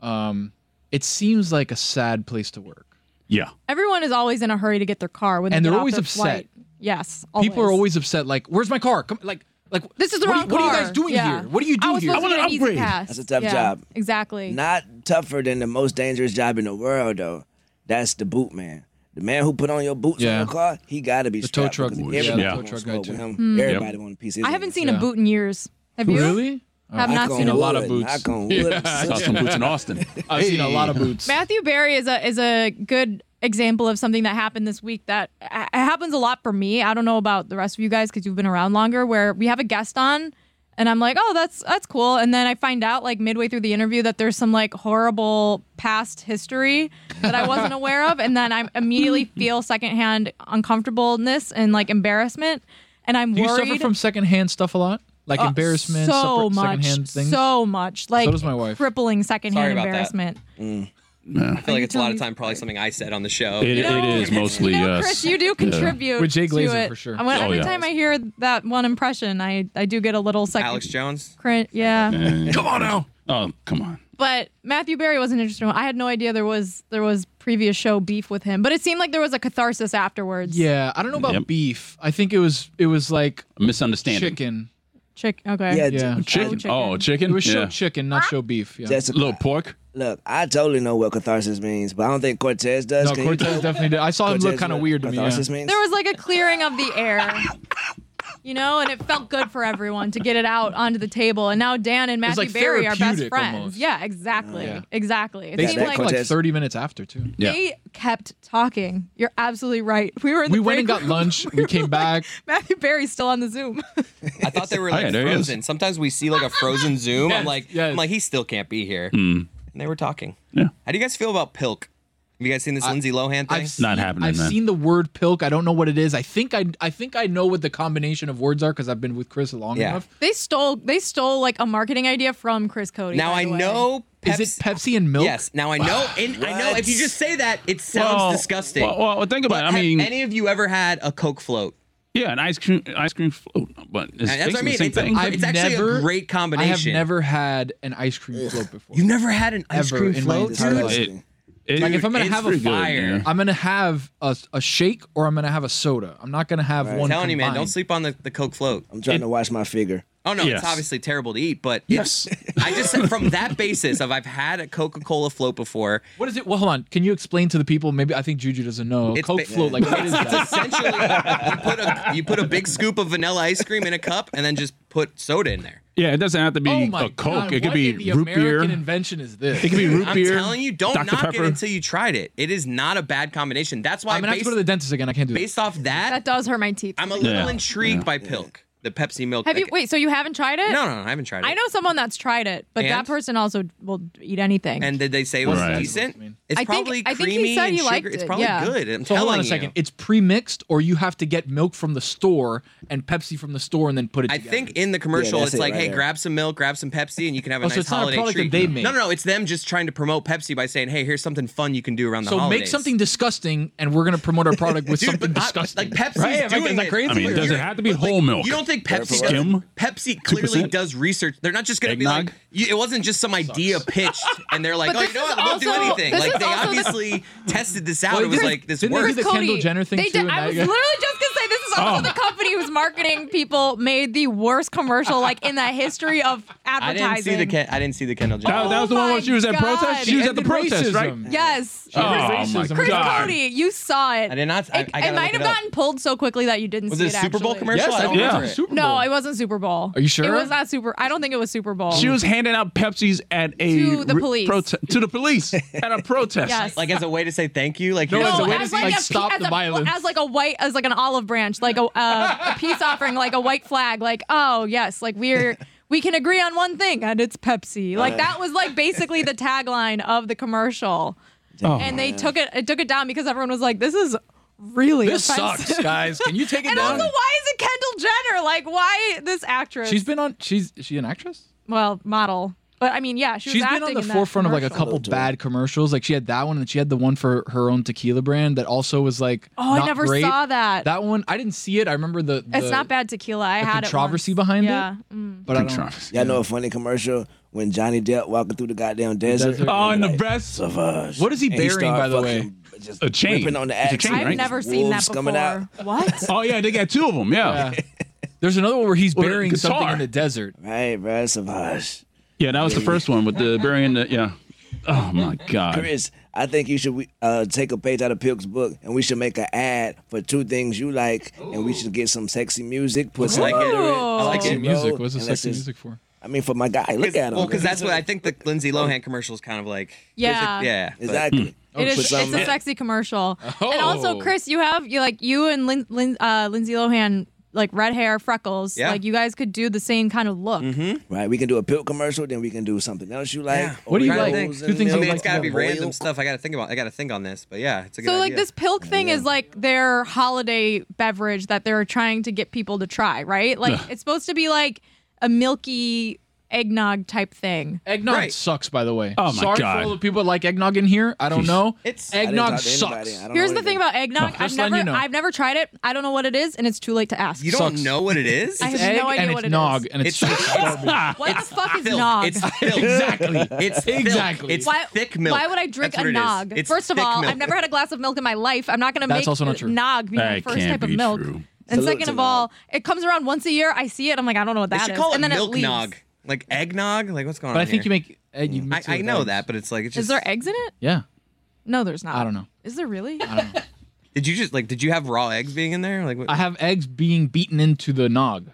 Um, it seems like a sad place to work.
Yeah.
Everyone is always in a hurry to get their car when
And
they
they're
get off
always
their
upset.
flight. Yes,
People are always upset, like, where's my car? Come like like
This is the
what,
wrong
are, what are
car.
you guys doing
Yeah.
here? What do you do
I was
here?
supposed to get an easy pass.
That's a tough
Yeah,
job.
Exactly.
Not tougher than the most dangerous job in the world, though. That's the boot man. The man who put on your boots
Yeah.
on the car, he gotta be
The tow
strapped
truck-
because
yeah, the
everybody
tow
wants
truck
to
guy
smoke
too.
with him.
Hmm.
Everybody want a piece.
I haven't seen a boot in years. Have you?
Really? Oh.
Have not
seen a lot of boots.
Knock on wood.
Yeah.
I saw some boots in Austin.
I've seen a lot of boots.
Matthew Barry is a is a good example of something that happened this week that uh, it happens a lot for me. I don't know about the rest of you guys because you've been around longer. Where we have a guest on, and I'm like, oh, that's that's cool, and then I find out like midway through the interview that there's some like horrible past history that I wasn't aware of, and then I immediately feel secondhand uncomfortableness and like embarrassment, and I'm
Do you
worried.
suffer from secondhand stuff a lot? Like
Uh,
embarrassment,
so
suffer-
much,
secondhand things?
so much, like
does my wife.
crippling secondhand
Sorry about that.
embarrassment.
I feel like it's a lot of time probably something I said on the show.
It- it is mostly uh, us.
Chris, you do contribute to it. I want-
Oh,
every
yeah.
time I hear that one impression, I, I do get a little second.
Alex Jones.
Crin- yeah.
come on now. Oh, come on.
But Matthew Barry was an interesting one. I had no idea there was there was previous show beef with him, but it seemed like there was a catharsis afterwards.
Yeah, I don't know about beef. I think it was it was like
misunderstanding.
chicken.
Chick. Okay.
Chicken. Oh, chicken.
It was show
Yeah.
chicken, not show beef. Yeah.
That's a
little pork.
Look, I totally know what catharsis means, but I don't think Cortez does.
No,
Can you
Cortez
tell-
definitely did. I saw him
Cortez
look kind of
what
weird to me.
Catharsis
yeah.
means?
There was like a clearing of the air. You know, and it felt good for everyone to get it out onto the table. And now Dan and
It was,
Matthew
like,
Barry are best
therapeutic
friends.
almost.
Yeah, exactly.
Yeah.
Exactly. It
They
seemed
spoke
like
like, 30 minutes after too.
They kept talking. You're absolutely right. We were in the
We went and
break
got
room.
lunch. we came back.
Matthew Barry's still on the Zoom.
I thought they were
Oh,
like
yeah, there he is.
frozen. Sometimes we see like a frozen Zoom. I'm like, I'm like, he still can't be here.
Hmm.
And they were talking. Yeah. How do you guys feel about Pilk? Have you guys seen this Lindsay Lohan thing?
Not happening.
I've
man.
seen the word pilk. I don't know what it is. I think I I think I know what the combination of words are because I've been with Chris long
Yeah.
enough.
They stole they stole like a marketing idea from Chris Cody.
Now
by
I
the way.
know. Pepsi-
is it Pepsi and milk?
Yes. Now I know. And I know if you just say that, it sounds
Well,
disgusting.
Well, well, think about
But
it. I
have
mean,
any of you ever had a Coke float?
yeah, an ice cream, ice cream float. But it's
And that's what I
basically the
mean.
same
It's a-
thing.
it's actually a
never-
great
I have
combination.
never had an ice cream float before.
You've never had an ice
Ever
cream
in my
float,
entire
dude?
life.
It-
like
dude,
if I'm gonna
it's
have a
pretty good,
fire,
man.
I'm gonna have a, a shake or I'm gonna have a soda. I'm not gonna have
I'm
one.
telling you, man, don't
combined.
sleep on the, the Coke float. I'm
trying to watch my figure.
Oh no, it's obviously terrible to eat, but yes, I just said from that basis of I've had a Coca Cola float before.
What is it? Well, hold on. Can you explain to the people? Maybe I think Juju doesn't know. Coke
ba-
float, like what is
it's
that?
essentially you put a you put a big scoop of vanilla ice cream in a cup and then just put soda in there.
yeah, it doesn't have to be
Oh
a
my
Coke.
God,
it could
what
be
in the
root beer.
American invention is this?
It could be root
I'm
beer.
telling you, don't
Dr.
knock
Pepper.
it until you tried it. It is not a bad combination. That's why
I'm gonna have to
based,
go to the dentist again. I can't do that.
based off that,
That does hurt my teeth.
I'm a little
Yeah,
intrigued
yeah.
by Pilk, the Pepsi milk.
Have you
like-
wait, so you haven't tried it?
No, no, no, I haven't tried it.
I know someone that's tried it, but that
And?
person also will eat anything.
And did they say it was
Right.
decent? It's
I think-
probably
I think he
creamy
said
and
he
sugar.
liked
It's
it,
probably
yeah.
good. I'm
so hold
telling
on a
you.
second. It's pre-mixed, or you have to get milk from the store and Pepsi from the store, and then put it.
I
together.
think in the commercial
that's
it's
it
like,
right
hey,
there.
grab some milk, grab some Pepsi, and you can have a
Oh, so
nice
it's not a
holiday
product that
treat.
they made.
No, no, no, it's them just trying to promote Pepsi by saying, hey, here's something fun you can do around the
so.
holidays.
Make something disgusting, and we're gonna promote our product with something disgusting.
like Pepsi's
Right? Am I-
doing
is that
it.
crazy?
I mean, does it have to be whole milk?
You don't think Pepsi
Skim?
Pepsi clearly does research. They're not just going to be like you, it wasn't just some idea pitched and they're like,
But
"Oh, you
this
know
is
what? We'll do
also-
anything."
this
Like
is
they
also the-
obviously tested this out.
Well,
It was
didn't-
like this
didn't they do
works.
the Kendall Jenner thing
they
too.
Did,
and
I
that
was
guy-
literally just gonna say this is also
Oh.
the company whose marketing people made the worst commercial like in the history of
I
advertising. Oh
didn't see the Ken- I didn't see the Kendall Jenner.
That, that was the one where she was at protest. She was at the protest, right?
Yes.
Oh,
Chris,
my
Chris
God.
Cody, you saw it.
I did not. I, I
it
gotta
might
look
have
it up.
gotten pulled so quickly that you didn't
Was
see
it
it.
a Super Bowl
actually.
commercial? Yes, I I don't yeah. remember it. Super
No,
Bowl.
it wasn't Super Bowl.
Oh, Are you sure?
It was not Super. I don't think it was Super Bowl.
She was handing out Pepsis at a
To the police.
prote- to the police at a protest.
Yes.
Like as a way to say thank you. Like
No,
here's
as
some-
a way to
as like, a, stop as the a,
violence.
As like a white, as like an olive branch, like a, uh, a peace offering, like a white flag. Like, oh yes, like we're we can agree on one thing, and it's Pepsi. Like that was like basically the tagline of the commercial,
Oh,
and
my
they
gosh.
took it. It took it down because everyone was like, this is really
This
offensive.
sucks, guys. Can you take it
and
down?
also, why is it Kendall Jenner? Like, why this actress?
She's been on. She's is she an actress?
well model, but I mean, yeah, she was
She's been
acting
on the
in that
forefront of like a
commercial.
couple bad commercials. Like she had that one, and she had the one for her own tequila brand that also was like.
Oh, I
not
never
great.
saw that.
That one, I didn't see it. I remember the.
It's
the-
not bad tequila. I
the
had
controversy
it once.
behind it?
yeah. Mm.
But I don't.
Y'all know a funny commercial when Johnny Depp walking through the goddamn desert.
desert.
Oh, and the best.
Savage.
What is he
And he
burying,
start
by the way?
fucking
A chain.
ripping on the
It's a
axe.
chain,
I've
right?
never seen that
Wolves
before.
coming out.
What?
Oh yeah, they got two of them. Yeah.
There's another one where he's
With a
burying something
guitar.
in the desert.
Right, bro, Savage.
Yeah, that was the first one with the burying the yeah. Oh my god.
Chris, I think you should uh, take a page out of Pilk's book, and we should make an ad for two things you like, and we should get some sexy music, put some
like it.
Oh.
under it.
I like
sexy
it.
roll, and let's just- I mean, for my guy, look at him.
Well, because that's what I think the Lindsay Lohan commercial is kind of like.
Yeah.
Yeah.
Exactly.
It is. It's a sexy commercial. And also,
Oh.
Chris, you have you like you and Lin, Lin, uh, Lindsay Lohan like red hair, freckles.
Yeah.
Like you guys could do the same kind of look.
Mm-hmm.
Right, we can do a pill commercial, then we can do something else you like.
What do you like? Two things
I
you
mean,
like
it's got to be
together.
random stuff. I got to think about. I got to think on this, but yeah, it's a good.
So like
idea.
this pilk thing is like their holiday beverage that they're trying to get people to try, right? Like
Ugh.
it's supposed to be like a milky eggnog type thing.
Eggnog sucks, by the way.
Oh my
Sorry
God.
for all the people that like eggnog in here. I don't know.
It's-
eggnog
I didn't talk to
sucks.
Here's the thing about eggnog.
No.
I've
Just
never
letting you know.
I've never tried it. I don't know what it is, and it's too late to ask.
You don't know what it is?
I have no idea
and
what
it's
it is.
nog, and it's,
What the fuck is
filk.
nog?
It's filk. exactly. It's filk.
Exactly.
It's thick milk.
Why would I drink
That's what
a
it is.
nog?
It's
first of
thick
all,
milk.
I've never had a glass of milk in my life. I'm not going to
That's
make
also not true.
nog be my
That
first
can't
type of
be
milk.
true.
And
Salute
second
to
of all, it comes around once a year. I see it. I'm like, I don't know what
They
that
should
is.
call it
and then it
milk
leaves.
nog, like eggnog. Like what's going on?
But I think
here?
you make. egg- You mix it
I, I
with
know
eggs.
that, but it's like it's just.
Is there eggs in it?
Yeah.
No, there's not.
I don't know.
Is there really?
Did you just like? Did you have raw eggs being in there? Like what?
I have eggs being beaten into the nog.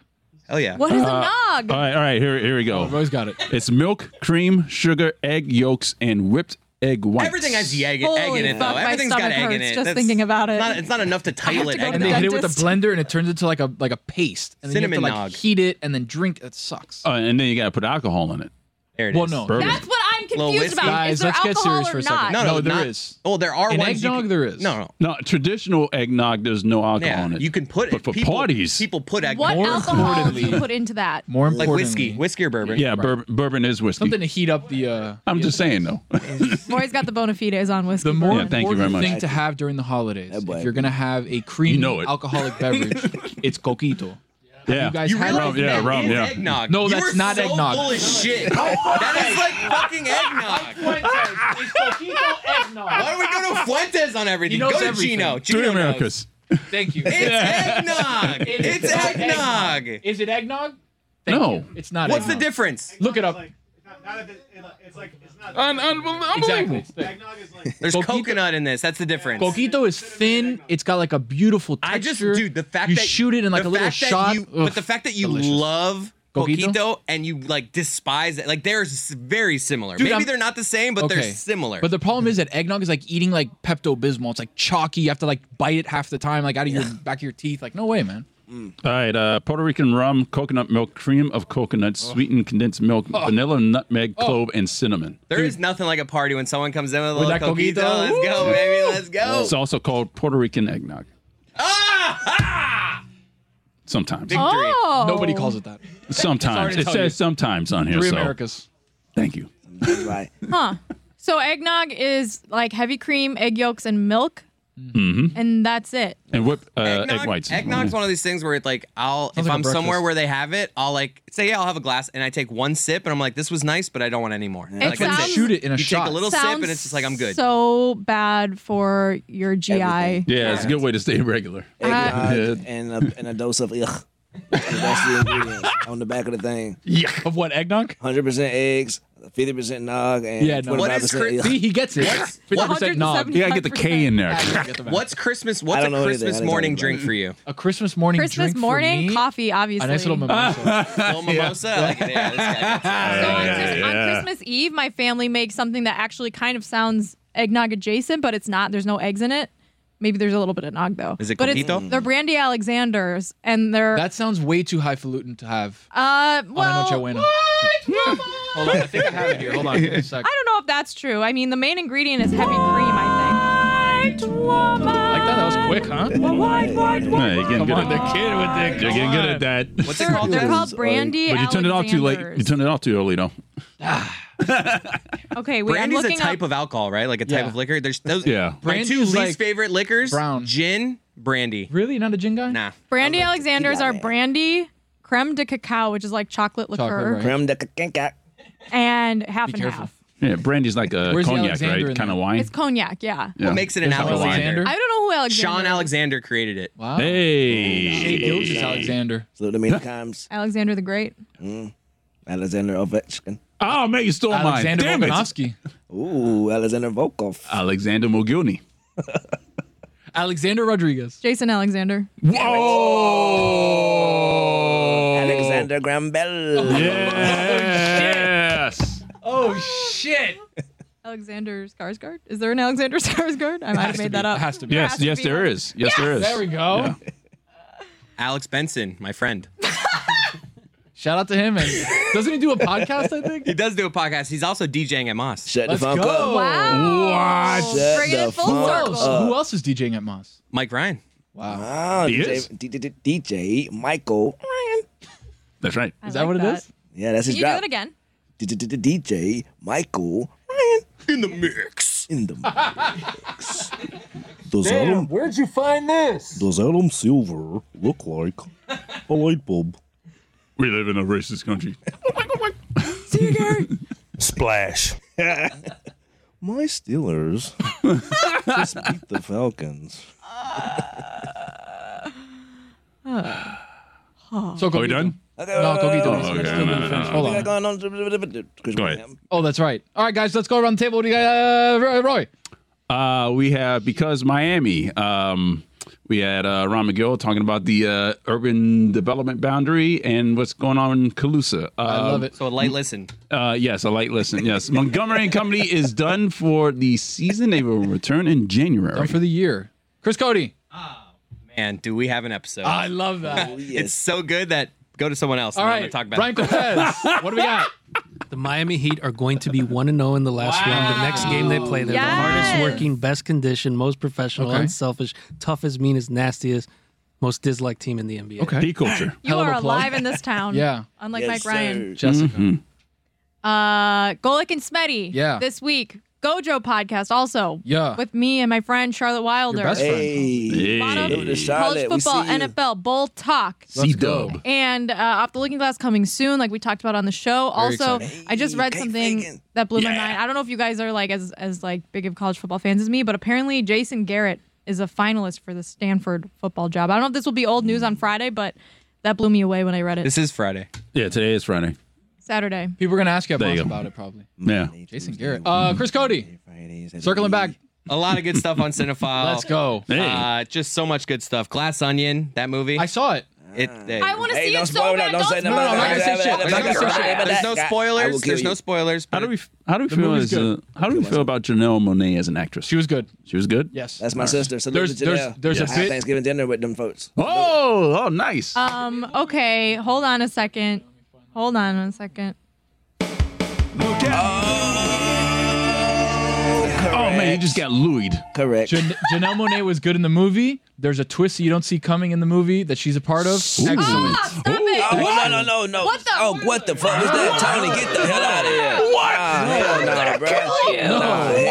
Hell yeah.
What is
Uh,
a nog?
All right, all right, here, here we
Oh,
go.
Rose got it.
It's milk, cream, sugar, egg yolks, and whipped egg whites.
Everything has the egg, egg
Holy
in it though.
fuck, my
Everything's got
stomach
egg in
hurts
it.
just thinking about it.
Not, it's not enough to title it
And they
eggnog.
hit it with a blender, and it turns into like a like a paste. And then
Cinnamon
you have to like
nog.
heat it and then drink. It sucks.
Uh, and then you got to put alcohol in it.
There
it well, no. Bourbon.
That's what I'm
Little
confused
whiskey.
about.
Guys,
is there
let's get
alcohol
serious
or
for a
not?
second. No, no, there is.
Oh, there are
In
ones. you
eggnog,
can-
there is.
No, no.
No, traditional eggnog, there's no alcohol
Yeah,
in it.
You can put it.
But for
people,
parties.
people put eggnog.
What alcohol do you put into that?
More
like whiskey,
importantly-
whiskey or bourbon.
Yeah, bourbon, bourbon is whiskey.
Something to heat up the. Uh,
I'm just saying, though.
Roy's got the bona fides on whiskey.
the more
Yeah, thank you very
important
much.
thing to have during the holidays, if you're gonna have a creamy
know it.
alcoholic beverage, it's coquito.
Yeah.
you guys
You
had
realize
that?
that Yeah, rum, is yeah. eggnog.
No,
You
that's
were
not
so
eggnog.
full of
shit. that is like fucking eggnog. Why do we go to Fuentes on everything?
He knows
go to
everything.
Gino.
Three
Gino knows.
Americas.
Thank you.
It's eggnog.
It
It's
is
eggnog.
Is it eggnog?
no.
It's not.
What's the
eggnog.
difference?
Look it up. Exactly.
There's coconut in this. That's the difference.
Coquito is thin. It's got like a beautiful texture.
I just, dude, the fact
you
that
shoot it in like
the
a little
fact that
shot.
you-
ugh,
but the fact that you
delicious.
love
Coquito?
coquito? and you like despise it, like they're s- very similar.
Dude,
Maybe
I'm-
they're not the same, but
Okay.
they're similar.
But the problem is that eggnog is like eating like Pepto Bismol. It's like chalky. You have to like bite it half the time, like out of your back of your teeth. Like no way, man.
All right, uh, Puerto Rican rum, coconut milk, cream of coconut, sweetened condensed milk,
Oh.
vanilla, nutmeg,
Oh.
clove, and cinnamon.
there is nothing like a party when someone comes in with a
With
little
that
coquito.
coquito,
Let's go,
woo!
baby. Let's
Oh.
go.
It's also called Puerto Rican eggnog.
Ah!
Sometimes.
Victory. Oh.
Nobody calls it that.
Sometimes.
Sorry
It
to
says
tell you.
sometimes on here.
Three
so.
Americas.
Thank you.
Right.
Huh. So eggnog is like heavy cream, egg yolks, and milk,
Mm-hmm.
and that's it.
And whip uh, egg whites.
Eggnog's one of these things where it's like I'll if
like a
I'm somewhere
breakfast.
where they have it, I'll like say yeah, I'll have a glass and I take one sip and I'm like, this was nice, but I don't want any more.
It
Like, that's
sounds- Shoot
it in a
you
shot.
Take a little sip
Sounds
and it's just like I'm good.
So bad for your GI.
Yeah, it's a good way to stay regular.
Eggnog
Yeah.
and, a, and a dose of yuck. That's the ingredients on the back of the thing.
Yuck.
Of what eggnog?
Hundred percent eggs, fifty percent nog, and
Yeah, no. What is
25%
cri-
yuck.
See, he gets it. What's- 50% nog. You gotta get the K in there.
What's Christmas?
I
What's
don't know
a
anything. I
Christmas
didn't
morning
talk about
drink
it.
for you?
A Christmas morning
Christmas
drink
morning
for me.
coffee, obviously.
A nice little mimosa.
little mimosa. I like it. Yeah, this guy gets it.
Christmas Eve, my family makes something that actually kind of sounds eggnog adjacent, but it's not. There's no eggs in it. Maybe there's a little bit of nog though.
Is it
But it's,
coquito?
they're Brandy Alexanders, and they're
that sounds way too highfalutin to have.
uh
on a
well.
noche buena. Hold on, I think I have it here. Hold on, give me a
I
sec.
don't know if that's true. I mean, the main ingredient is heavy cream. I think.
Like that, that was quick, huh?
Yeah, you're getting
Come
good
on,
at
the kid with the-
You're getting good at that.
What's it They're- called? they're called Brandy
But you turned it off too late. You
Alexanders.
turned it off too early, though.
Okay, wait.
Brandy's
I'm
a
looking
type of alcohol, right? Like a type
Yeah.
of liquor. There's those.
Yeah.
My two
Brandy's
least
like
favorite liquors: brown gin, brandy.
Really, not a gin guy?
Nah.
up Brandy Alexanders are brandy creme de cacao, which is like chocolate liquor,
Creme de cacao.
and half and half.
Yeah, brandy's like a
Where's the
cognac,
Alexander in
right? Kind of wine.
It's cognac, yeah.
Yeah.
What makes it an
There's like a wine.
Alexander?
I don't know who Alexander.
Sean Alexander created it.
Wow.
Hey.
Shea Gilgis Alexander.
Salute to me times.
Alexander the Great.
Mm. Alexander Ovechkin.
Oh man, you stole
Alexander
mine. Damn
Volkanovsky.
it.
Ooh, Alexander Volkov.
Alexander Mogilny.
Alexander Rodriguez.
Jason Alexander.
Oh.
Whoa!
Alexander Graham Bell.
Yes.
Oh shit! Alexander Skarsgård? Is there an Alexander Skarsgård? I might have made that up.
Yes, yes, there is. Yes, there is.
There we go.
Alex Benson, my friend.
Shout out to him. And doesn't he do a podcast? I think
he does do a podcast. He's also DJing at Moss.
Shut
Let's go. Wow.
What?
Shut
Bringing it
the
full
fuck
circle.
up. Who else is DJing at Moss?
Mike Ryan.
Wow.
Wow,
He
DJ,
is?
D- D- D- DJ Michael Ryan.
That's right.
Is that like what it that. is?
Yeah, that's
Can
his
you do
job.
it again?
D- d- d- d- DJ Michael Ryan in the mix. In the mix. Does Adam
where'd you find this?
Does Adam Silver look like a light bulb? Oh
We live in a racist country.
Splash. My Steelers just beat the Falcons.
So
Are we done?
No, Coquito.
uh,
Oh, okay. No, no, no, no.
Hold on.
Go ahead.
Oh, that's right. All right, guys, let's go around the table. What do you got, uh, Roy- Roy?
Uh, we have because Miami. Um, we had uh, Ron McGill talking about the uh, urban development boundary and what's going on in Calusa. Uh,
So a light listen.
Uh, yes, a light listen. Yes, Montgomery and Company is done for the season. They will return in January. Done
for the year. Chris Cody.
Man, do we have an episode?
Uh,
I love that.
It's so good that go to someone else.
All
and I'm
right,
gonna talk about
Brian
it.
Cortez.
what do we got?
The Miami Heat are going to be 1 and 0 in the last round. The next game they play, they're the hardest
Yes.
working, best conditioned, most professional,
Okay.
unselfish, toughest, meanest, nastiest, most disliked team in the NBA.
Okay. Heat culture.
You are alive in this town.
Yeah.
Unlike
Yes,
Mike Ryan.
Jessica.
Uh, Golik and Smetty.
Yeah.
This week, Gojo podcast also.
Yeah.
With me and my friend Charlotte Wilder. College football, NFL, Bull Talk.
Dub.
And uh, off the looking glass coming soon, like we talked about on the show.
Very
also,
exciting.
I just read something that blew my mind. I don't know if you guys are like as as like big of college football fans as me, but apparently Jason Garrett is a finalist for the Stanford football job. I don't know if this will be old news on Friday, but that blew me away when I read it.
This is Friday.
Yeah, today is Friday.
Saturday.
People are going to ask you
There you go.
about it, probably.
Yeah.
Jason Garrett. Uh, Chris Cody. Circling back.
A lot of good stuff on Cinephile.
Let's go. Hey.
Uh, just so much good stuff. Glass Onion, that movie. I
saw it.
It.
I wanna Hey, see it don't so
spoil
spoil it, bad. don't Don't say say nothing nothing about about it. it.
There's
I'm not gonna
no
say
spoilers.
shit.
There's no
I will
spoilers.
kill
There's no
you.
spoilers.
How do we how do we
The
feel
movie's
as uh,
good.
how do we feel about Janelle Monet as an actress? She
was good.
She was good.
Yes,
That's my
All right.
sister. So
There's- there's- there's a
I had
bit-
Thanksgiving dinner with them folks.
Oh, oh, nice.
Um. Okay. Hold on a second. Hold on a second.
Oh man, you just got Louis.
Correct.
Jan- Janelle Monet was good in the movie. There's a twist that you don't see coming in the movie that she's a part of. Excellent.
Oh, no, no, no, no. What the? Oh, what the fuck was that? Tony, get the hell out of here. What? Nah, hell nah, bro.
No.
Nah,
Oh,
hell nah.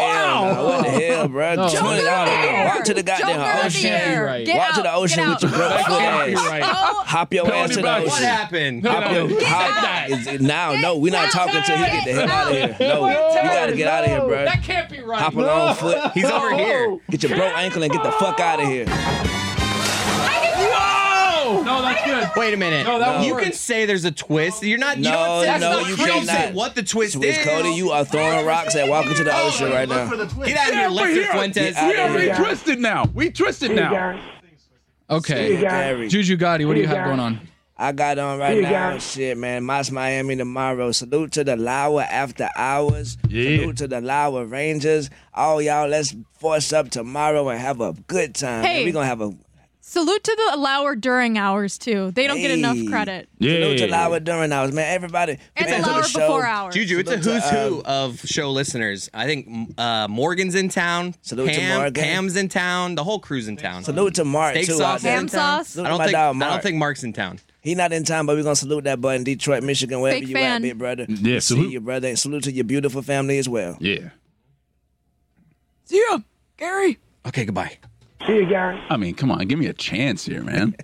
What the hell, bro?
No.
Twenty
Joker
dollars.
there.
Walk to the goddamn
Joker
ocean.
there. Can't be right. Get
Walk to
out,
the ocean
get
with your
out.
broke
That
foot
can't be
ass.
right.
Oh.
Hop your
Tony
ass to the
Braxton.
ocean.
What happened?
Hop
No,
your,
no. Get
hop,
out.
is it- now, no, we're not talking till he get the hell out of here. No, you gotta get out of here, bro.
That can't be right.
Hop along foot. Get your broke ankle and get the fuck out of here.
Whoa! No, that's good.
Wait a minute.
No, that
you
works.
can say there's a twist. You're not. you
No,
don't
no,
say- that's
you
not true.
cannot.
Say what the twist
Miss
is. Oh,
Cody, you are throwing rocks at walking to the ocean right now.
Get out of here, Lester Fuentes.
We already twisted now. We twisted now.
Okay.
Steve Gary.
Juju Gotti, what do you have going on?
I got on right
Steve
now.
Gary.
Shit, man. Moss Miami tomorrow. Salute to the Lower after hours. Salute to the Lower Rangers. All y'all, let's force up tomorrow and have a good time.
Hey.
We're gonna have a
Salute to the allower during hours too. They don't get enough
Hey.
credit.
Salute to Lower during hours, man. Everybody.
It's
man,
the
to
Lower
show.
before hours.
Juju, it's a
Salute
who's
to, um,
who of show listeners. I think uh, Morgan's in town.
Salute to
Pam,
Morgan.
Pam's in town. The whole crew's in town.
Salute to Mark
Steak
too.
sauce.
out there.
I
Salute to
don't
my
think.
dog,
I
Mark.
don't think Mark's in town.
He not in time, but we're gonna salute that boy in Detroit, Michigan, wherever
Big
you
fan.
at, big brother.
Yeah,
We
salute.
See you, brother, and salute to your beautiful family as well.
Yeah.
See ya, Gary.
Okay, goodbye.
See you, Gary. I mean, come on, give me a chance here, man.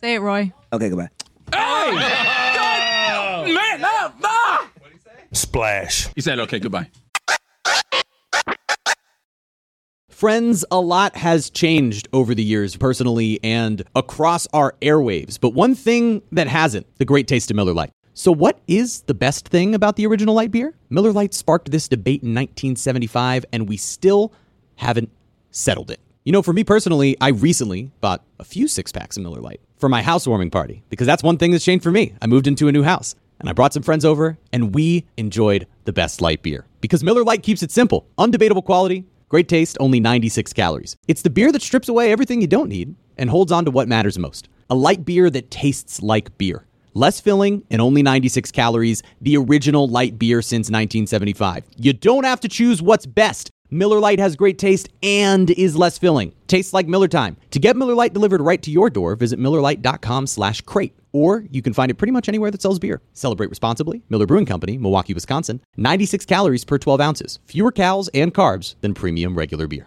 Say it, Roy.
okay, goodbye.
Man, no, no. Splash. He said, "Okay, goodbye."
Friends, a lot has changed over the years, personally and across our airwaves. But one thing that hasn't the great taste of Miller Lite. So, what is the best thing about the original light beer? Miller Lite sparked this debate in 1975, and we still haven't settled it. You know, for me personally, I recently bought a few six packs of Miller Lite. for my housewarming party because that's one thing that's changed for me. I moved into a new house and I brought some friends over and we enjoyed the best light beer because Miller Lite keeps it simple, undebatable quality, great taste, only 96 calories. It's the beer that strips away everything you don't need and holds on to what matters most. A light beer that tastes like beer. Less filling and only 96 calories, the original light beer since 1975. You don't have to choose what's best. Miller Lite has great taste and is less filling. Tastes like Miller time. To get Miller Lite delivered right to your door, visit MillerLite.com slash crate. Or you can find it pretty much anywhere that sells beer. Celebrate responsibly. Miller Brewing Company, Milwaukee, Wisconsin. 96 calories per 12 ounces. Fewer calories and carbs than premium regular beer.